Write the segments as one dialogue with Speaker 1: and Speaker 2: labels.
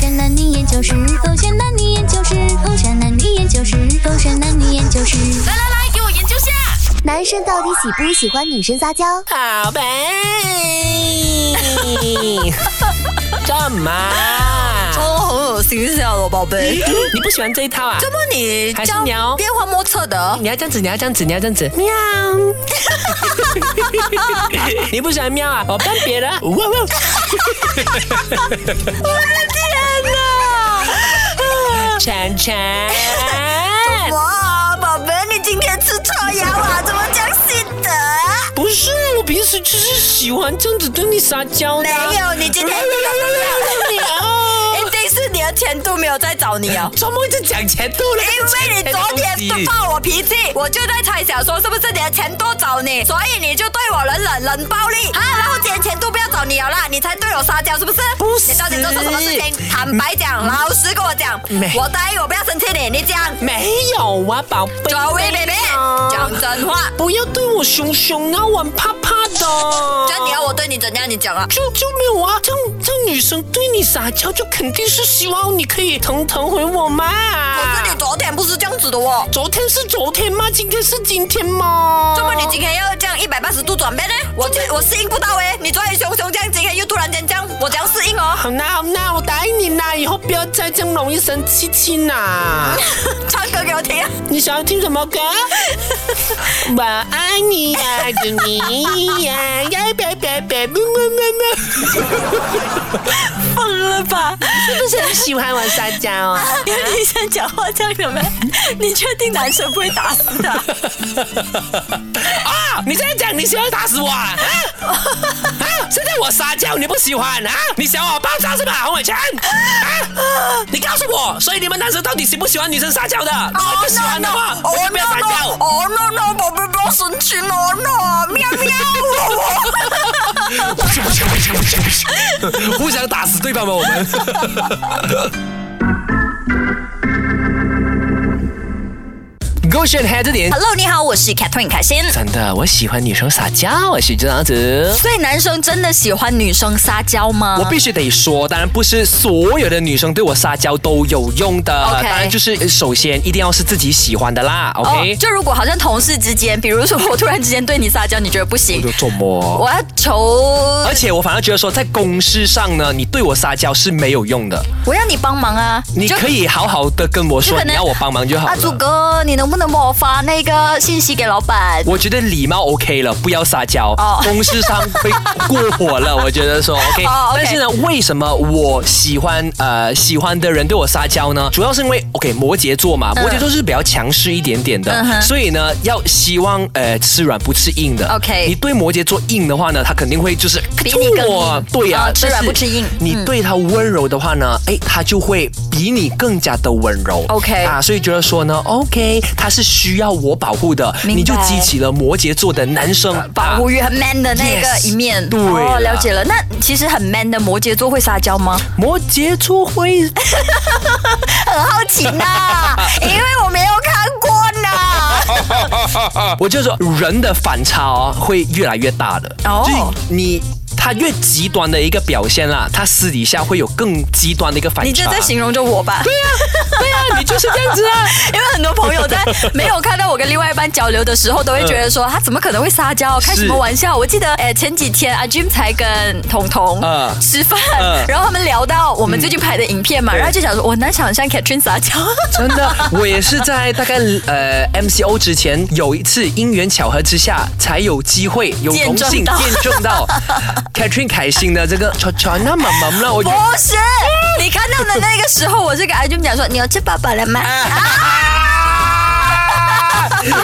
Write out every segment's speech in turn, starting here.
Speaker 1: 山男女研究室，风山男女研究室，风山男女研究室，风山男女研究室。
Speaker 2: 来来来，给我研究下。
Speaker 3: 男生到底喜不喜欢女生撒娇？
Speaker 4: 宝贝，干嘛？
Speaker 2: 哦，好有形象哦，宝贝。
Speaker 4: 你不喜欢这一套啊？
Speaker 2: 怎么你
Speaker 4: 还是鸟
Speaker 2: 变幻莫测的？
Speaker 4: 你要这样子，你要这样子，你要这样子，喵。你不喜欢喵啊？我搬别的。哇哇
Speaker 2: 天哪！
Speaker 4: 晨晨，
Speaker 2: 哇，宝贝，你今天吃错药啊？怎么这样心得？啊
Speaker 4: 不是，我平时就是喜欢这样子对你撒娇的啊。
Speaker 2: 没有，你今天
Speaker 4: 喵。
Speaker 2: 一定是你的前度没有在找你哦。
Speaker 4: 怎么一直讲前度了？
Speaker 2: 因为你昨天爆我脾气，我就在猜想说是不是你的前度找你，所以你就对我冷冷冷暴力啊！然后今天前度不要找你了啦，你才对我撒娇是不是？
Speaker 4: 不是
Speaker 2: 你到底做错什么事情？坦白讲，老实跟我讲
Speaker 4: 没，
Speaker 2: 我答应我不要生气你，你讲。
Speaker 4: 没有啊，宝贝。
Speaker 2: 周薇 baby，讲真话，
Speaker 4: 不要对我凶凶啊，我很怕怕的。哦
Speaker 2: 这样你要我对你怎样？你讲啊。
Speaker 4: 就就没有啊？这样这样女生对你撒娇，就肯定是希望你可以疼疼回我嘛。
Speaker 2: 可是你昨天不是这样子的哦，
Speaker 4: 昨天是昨天吗？今天是今天吗？
Speaker 2: 怎么你今天要这样一百八十度转变呢？我这我适应不到哎，你昨天凶凶这样，今天又突然间这样，我怎样适应哦？
Speaker 4: 好啦好啦，我答应你啦，以后不要再这样容易生气气 啦。
Speaker 2: 唱歌给我听啊。
Speaker 4: 你想要听什么歌？我爱你呀，祝你呀，呀别别别，么么么
Speaker 5: 疯了吧？
Speaker 4: 么，是很喜欢玩撒娇啊？
Speaker 5: 有女生讲话这样的吗？你确定男生不会打死的？
Speaker 4: 啊！你这样讲，你喜欢打死我啊？啊！啊现在我撒娇，你不喜欢啊？你想我爆炸是吧，洪伟全？啊！你告诉我，所以你们男生到底喜不喜欢女生撒娇的？如果哦不喜欢的话，我就不要撒娇。
Speaker 2: 哦 no no，宝贝不要生气哦 no，喵喵。
Speaker 4: 互相打死对方吧，我 们。勾选 head 这 点，
Speaker 2: Hello，你好，我是 Catherine 凯欣。
Speaker 4: 真的，我喜欢女生撒娇，啊我是这样子。
Speaker 2: 所以男生真的喜欢女生撒娇吗？
Speaker 4: 我必须得说，当然不是所有的女生对我撒娇都有用的。
Speaker 2: OK
Speaker 4: 当然就是呃首先一定要是自己喜欢的啦。OK，、
Speaker 2: 哦，就如果好像同事之间，比如说我突然之间对你撒娇，你觉得不行，
Speaker 4: 就哎做么？
Speaker 2: 我要求
Speaker 4: 而且我反而觉得说，在公事上呢，你对我撒娇是没有用的。
Speaker 2: 我要你帮忙啊，
Speaker 4: 你
Speaker 2: 就
Speaker 4: 可以好好的跟我
Speaker 2: 就
Speaker 4: 说
Speaker 2: 可，能
Speaker 4: 你要我帮忙就好
Speaker 2: 啊，
Speaker 4: 了。
Speaker 2: 祖哥，你能不能帮我发那个信息给老板？
Speaker 4: 我觉得礼貌 OK 了，不要撒娇。
Speaker 2: 哦
Speaker 4: 公事上会过火了，我觉 得说 OK。
Speaker 2: 哦，OK
Speaker 4: 但是呢，为什么我喜欢呃喜欢的人对我撒娇呢？主要是因为 OK 摩羯座嘛，摩羯座是比较强势一点点的，
Speaker 2: 嗯哼
Speaker 4: 所以呢，要希望呃吃软不吃硬的。
Speaker 2: OK
Speaker 4: 你对摩羯座硬的话呢，他肯定会就是
Speaker 2: 比你更硬
Speaker 4: 哇对啊
Speaker 2: 哦，吃软不吃硬
Speaker 4: 但是你对他温柔的话呢，哎，他就会比你更加的温柔。
Speaker 2: OK
Speaker 4: 啊，所以觉得说呢，OK，他是需要我保护的，
Speaker 2: 明白
Speaker 4: 你就激起了摩羯座的男生
Speaker 2: 保护
Speaker 4: 啊
Speaker 2: 欲很 man 的那个
Speaker 4: Yes，
Speaker 2: 一面，
Speaker 4: 对
Speaker 2: 哦，
Speaker 4: 了
Speaker 2: 了解了。那其实很 man 的摩羯座会撒娇吗？
Speaker 4: 摩羯 座会
Speaker 2: 很好奇 呐、因为我没有看过呢。
Speaker 4: 我就说人的反差哦会越来越大的，
Speaker 2: 哦
Speaker 4: 就是你。他越极端的一个表现啦，他私底下会有更极端的一个反差。
Speaker 2: 你就在形容着我吧，
Speaker 4: 对 啊，你就是这样子啊。
Speaker 2: 因为很多朋友在没有看到我跟另外一半交流的时候，都会觉得说
Speaker 4: 嗯
Speaker 2: 他怎么可能会撒娇，开什么玩笑？我记得诶前几天阿啊 Jim 才跟彤彤
Speaker 4: 嗯
Speaker 2: 吃饭
Speaker 4: 嗯，
Speaker 2: 然后他们聊到我们最近拍的影片嘛，
Speaker 4: 对
Speaker 2: 然后就想说我难想象 Catherine 撒 娇，
Speaker 4: 真的，我也是在大概 呃 MCO 之前有一次因缘巧合之下，才有机会有
Speaker 2: 见
Speaker 4: 荣
Speaker 2: 证
Speaker 4: 幸
Speaker 2: 到
Speaker 4: 见证 到 Catherine 凯欣的这个乔乔那么萌了，我
Speaker 2: 不
Speaker 4: 觉得
Speaker 2: 是，你看到的那个时候，我是跟阿 Jim 讲说你要吃爸爸了吗？对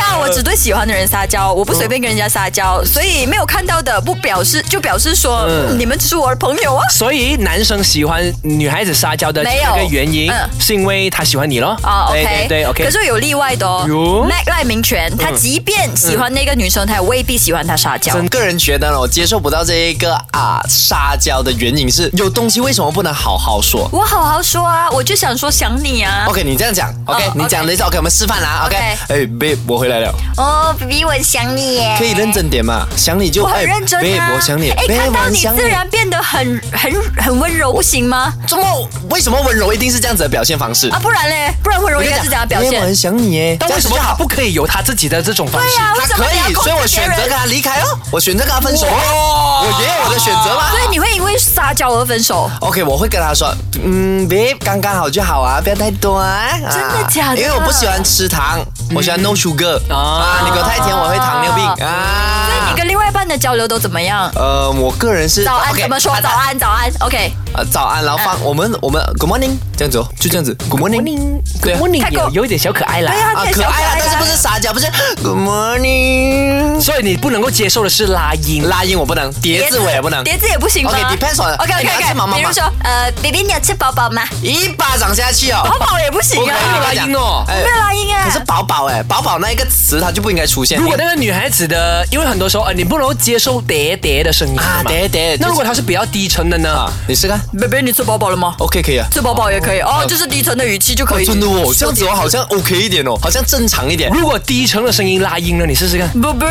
Speaker 2: 啊，我只对喜欢的人撒娇，我不随便跟人家撒娇，所以没有看到的不表示，就表示说、
Speaker 4: 嗯
Speaker 2: 你们只是我的朋友啊。
Speaker 4: 所以男生喜欢女孩子撒娇的
Speaker 2: 没有
Speaker 4: 这个原因
Speaker 2: 嗯，
Speaker 4: 是因为他喜欢你咯。
Speaker 2: 啊、o
Speaker 4: 对
Speaker 2: k
Speaker 4: 对对，OK
Speaker 2: 可。是有例外的哦
Speaker 4: 哟。
Speaker 2: 赖赖明权，他即便喜欢那个女生，他也未必喜欢她撒娇。
Speaker 6: 个人觉得呢，我接受不到这一个啊撒娇的原因是，有东西为什么不能好好说
Speaker 2: 我好好说啊，我就想说想你啊。
Speaker 6: ？OK，你这样讲，OK，、
Speaker 2: 哦
Speaker 6: 你讲的意思 OK，我们示范啦，OK，
Speaker 2: OK
Speaker 6: 哎、b a b e 我回来了，了，
Speaker 7: 哦，B 我想你耶，
Speaker 6: 可以认真点嘛？想你就
Speaker 2: 我很
Speaker 6: 哎
Speaker 2: 认真
Speaker 6: 喂
Speaker 2: 啊！
Speaker 6: 我想你，
Speaker 2: 哎，
Speaker 6: 喂
Speaker 2: 看到
Speaker 6: 我
Speaker 2: 你
Speaker 6: 想
Speaker 2: 自然变得很很很温柔，不行吗？
Speaker 6: 怎么？为什么温柔一定是这样子的表现方式？
Speaker 2: 啊，不然嘞，不然温柔应该是怎样表
Speaker 6: 喂我
Speaker 2: 现？
Speaker 6: 很想你哎，
Speaker 4: 但为什么
Speaker 6: 这样
Speaker 4: 他
Speaker 6: 子
Speaker 4: 不可以有他自己的这种方式？
Speaker 2: 对呀、为
Speaker 6: 他
Speaker 2: 什么
Speaker 6: 可
Speaker 2: 你要
Speaker 6: 以，
Speaker 2: 控
Speaker 6: 所
Speaker 2: 制
Speaker 6: 以我
Speaker 2: 别
Speaker 6: 选
Speaker 2: 人
Speaker 6: 择跟他离开哦，我选择跟他分手哦，我也有我的选择嘛。
Speaker 2: 所以你会因为撒娇而分手？
Speaker 6: OK，我会跟他说，嗯，babe，刚刚好就好啊，不要太多啊。啊
Speaker 2: 真的假的嗯哦
Speaker 6: 因为我不喜欢吃糖，我喜欢 no sugar 啊，你给我太甜，我会糖尿病啊。
Speaker 2: 所以你跟另外一半的交流都怎么样？
Speaker 6: 呃，我个人是
Speaker 2: 早安
Speaker 6: OK，
Speaker 2: 怎么说？
Speaker 6: 他
Speaker 2: 早安，嗯早安，OK。
Speaker 6: 呃早安，然后放我们我们 Good morning 这样子哦，就这样子 Good morning。
Speaker 4: 对，莫妮
Speaker 2: 啊太过
Speaker 4: 有有一点小可爱啦。
Speaker 2: 呀
Speaker 6: 啊，
Speaker 2: 太
Speaker 6: 可
Speaker 2: 小
Speaker 6: 爱啊，
Speaker 2: 可爱
Speaker 6: 但是不是撒娇，不是 Good morning。
Speaker 4: 所以你不能够接受的是拉音。
Speaker 6: 拉音我不能，叠字我也不能，
Speaker 2: 叠字也不行吗
Speaker 6: OK，depends on-
Speaker 2: OK
Speaker 6: 哎
Speaker 2: OK
Speaker 6: 你要吃
Speaker 2: OK。
Speaker 6: 毛毛吗
Speaker 2: 比如说，呃，baby 你有吃饱饱吗？
Speaker 6: 一巴掌下去哦。
Speaker 2: 饱饱也不行
Speaker 6: 不可以
Speaker 2: 啊，
Speaker 6: 我跟你讲
Speaker 4: 拉音哦
Speaker 6: 哎
Speaker 2: 没有拉音啊
Speaker 6: 可是宝宝哎，宝宝那一个词它就不应该出现。
Speaker 4: 如果那个女孩子的，因为很多时候呃，你不能够接受喋喋的声音
Speaker 6: 啊
Speaker 4: 嘛
Speaker 6: 喋喋
Speaker 4: 那如
Speaker 6: 就
Speaker 4: 果
Speaker 6: 是
Speaker 4: 她是比较低沉的呢？
Speaker 2: 啊
Speaker 6: 你试看
Speaker 2: ，baby 你吃饱饱了吗？
Speaker 6: ，OK 可以啊。
Speaker 2: 吃饱饱也可以哦，就是低沉的语气就可以。
Speaker 6: 真的哦，这样子我好像 OK 一点哦，好像正常一点。
Speaker 4: 如果低沉的声音拉音呢？你试试看。
Speaker 2: ，baby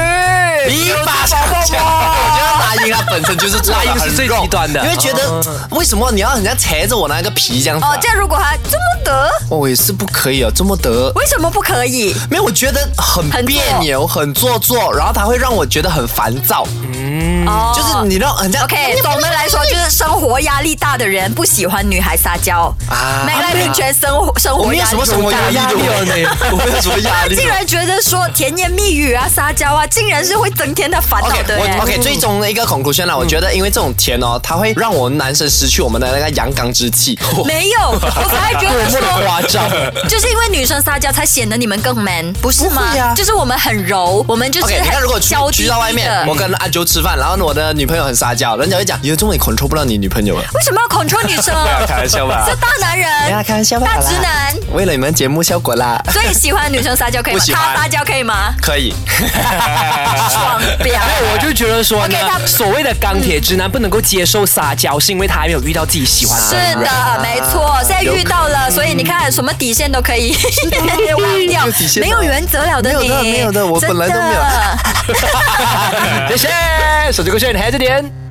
Speaker 6: 一巴掌下去，我觉得拉音它本身就是做得
Speaker 4: 拉音是
Speaker 6: 很
Speaker 4: 最
Speaker 6: 肉
Speaker 4: 极端的
Speaker 6: 因为觉得为什么你要很像扯着我那个皮这样子啊？
Speaker 2: 哦，这样如果他这么得，
Speaker 6: 我也是不可以哦，这么得。
Speaker 2: 为什么不可以？
Speaker 6: 没有，我觉得很
Speaker 2: 很做
Speaker 6: 别扭，很做作，然后它会让我觉得很烦躁，
Speaker 2: 哦，
Speaker 6: 嗯就是你让很像
Speaker 2: OK，总的来说就是生活压力大的人不喜欢女孩撒娇
Speaker 6: 啊
Speaker 2: 啊，没来明全生活生
Speaker 6: 我
Speaker 2: 活
Speaker 6: 没有
Speaker 2: 压
Speaker 6: 什
Speaker 2: 力
Speaker 6: 么生活压力的，
Speaker 4: 有压力哦
Speaker 6: 我我没有什么压 力
Speaker 2: 啊竟。然觉得说甜言蜜语啊、撒娇啊，竟然是会增添他烦恼
Speaker 6: OK，
Speaker 2: 的耶。
Speaker 6: 我 OK，最终的一个 conclusion
Speaker 2: 嗯
Speaker 6: 啦，我觉得因为这种甜哦，它会让我们男生失去我们的那个阳刚之气。
Speaker 2: 没有，我反而觉 得说，
Speaker 6: 夸张。
Speaker 2: 就是因为女生撒娇才显得你们更 man，不是吗？
Speaker 6: 不会啊
Speaker 2: 就是我们很柔，我们就是
Speaker 6: OK，你看，
Speaker 2: 很
Speaker 6: 如果去
Speaker 2: 娇滴
Speaker 6: 去
Speaker 2: 滴
Speaker 6: 到外面，
Speaker 2: 的
Speaker 6: 我。跟阿九吃饭，然后我的女朋友很撒娇，人家会讲，有这么你 control 不到你女朋友了。啊
Speaker 2: 为什么要 control 女生？
Speaker 6: 开玩笑吧
Speaker 2: 这大男
Speaker 6: 没有啦
Speaker 2: 人，
Speaker 6: 开玩笑吧
Speaker 2: 大
Speaker 6: 啦
Speaker 2: 直男，
Speaker 6: 为了你们节目效果啦，
Speaker 2: 所以喜欢女生撒娇可以吗
Speaker 6: 不？喜欢哎
Speaker 2: 他撒娇可以吗？
Speaker 6: 可以。
Speaker 2: 爽表。
Speaker 4: 没有，我就觉得说呢
Speaker 2: OK，他，
Speaker 4: 所谓的钢铁直男不能够接受撒娇，是因为他还没有遇到自己喜欢的。
Speaker 2: 是的，没错，现在遇到了，所以你看什么底线都可以 忘掉
Speaker 6: 没有底，线的
Speaker 2: 没有原则了的你，
Speaker 6: 没有的没有的我本来都没有
Speaker 2: 真的
Speaker 4: 谢谢，手机歌炫，你还这点。